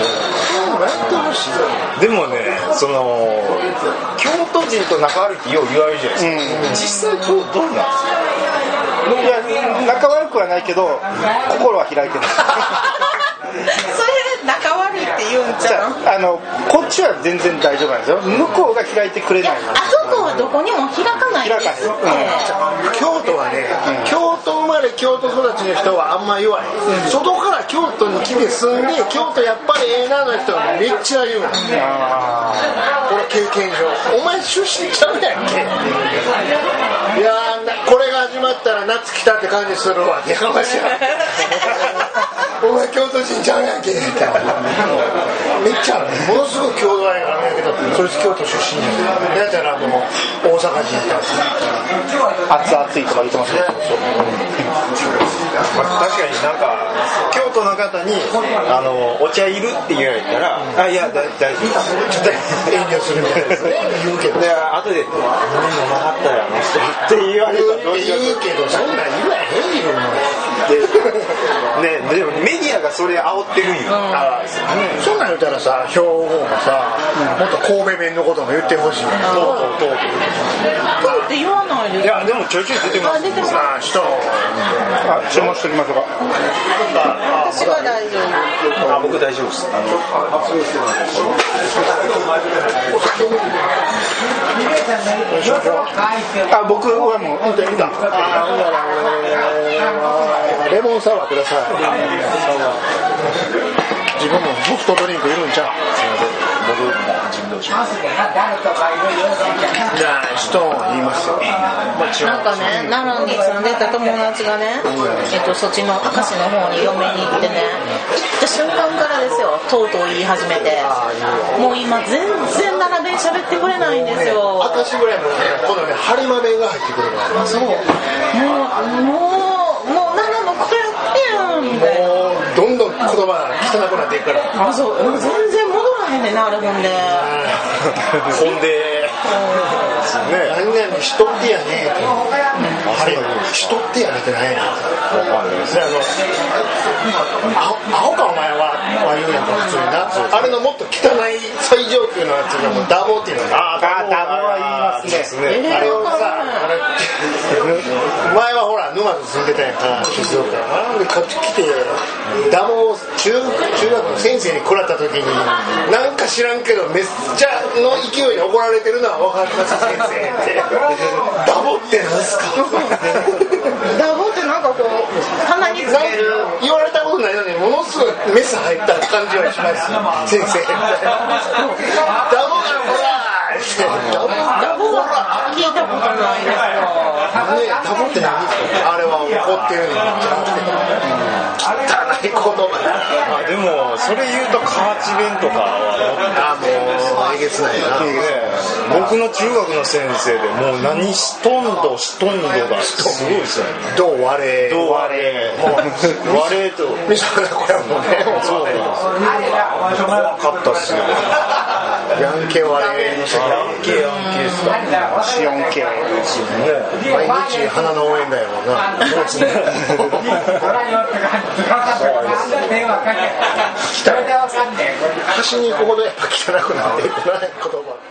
ってほしいでもねその京都人と仲悪いってよう言われるじゃないですか、実際どうどうなんですかいや仲悪くはないけど心は開いてるれ仲悪いって言うんちじゃゃうああのこっちは全然大丈夫なんですよ向こうが開いてくれいやないあそこはどこにも開かないです開かない京都はね、京都生まれ京都育ちの人はあんま言わへん、外から京都に来て住んで京都やっぱりええなの人はめっちゃ言うの、あ俺経験上お前出身ちゃうやんけ、いやーなこれが始まったら夏来たって感じするわやかましいわ お前京都人ちゃうやんけみたいなめっちゃあるものすごく郷土愛があるんやけどそいつ京都出身やんだからもう大阪人やったー熱々いとか言ってますねまあ確かになんか京都の方にあのお茶いるって言われたら「あいやだ大丈夫です」ちょっと遠慮するみたいですね言うけどで後で「飲みもなかったよあの人」って言われたらどうしよう言うけどそんなん言わへんよで、ね、でもメディアがそれ煽ってるんよ、あそんなん言うたらさ兵庫もさ、もっと神戸弁のことも言ってほしいよとうとうとうそうって言わないでとういすやでもちょいちょい出てまあす出てますまあ人あ注文しておきましょうか私は大丈夫あ僕大丈夫ですあのあ僕はもうレモンサワーください自分もソフトドリンクいるんちゃうじゃあ人を言いますよなんかね奈良に住んでた友達がね、えっと、そっちの明石の方に嫁に行ってね行った瞬間からですよとうとう言い始めてもう今全然奈良弁喋ってくれないんですよ私ぐらいもねこのね播磨弁が入ってくるからあそうもうもうもう奈良の子やってやんみたいなもうどんどん言葉が汚くなっていくからあそうもう全然戻らへんねんなあれほんでほんでね何々人ってやねってあれ人ってやねってないなであの「アホアホかお前は」は言うやんか普通になあれのもっと汚い最上級のやつがもうダボっていうのがあダボは言いますねえあらいれわをかさらあれ前はほら沼津住んでたやんか静岡なんでこっち来てダボを中中学の先生に食らった時になんか知らんけどめっちゃの勢いで怒られてるのは分かります 先生ってダボってなんすかんダボってなんかこう鼻につける言われたことないのにものすごいメス入った感じはします先生ダボがほらってダボダボは聞いたことないですよねダボって何ですかあれは怒っっていうのがめっちゃあって汚い言葉あでもそれ言うと河内弁とかはもうえげつないな僕の中学の先生でもう何しとんどしとんどがすごいですよねどう割れどうあれもうあれとみそらこれはもうねそう怖かったっすよヤンケ割れの世界シオン系毎日花の応援だよもんなそれでわかんねえ。端に行くほどやっぱ汚くなっていくな言葉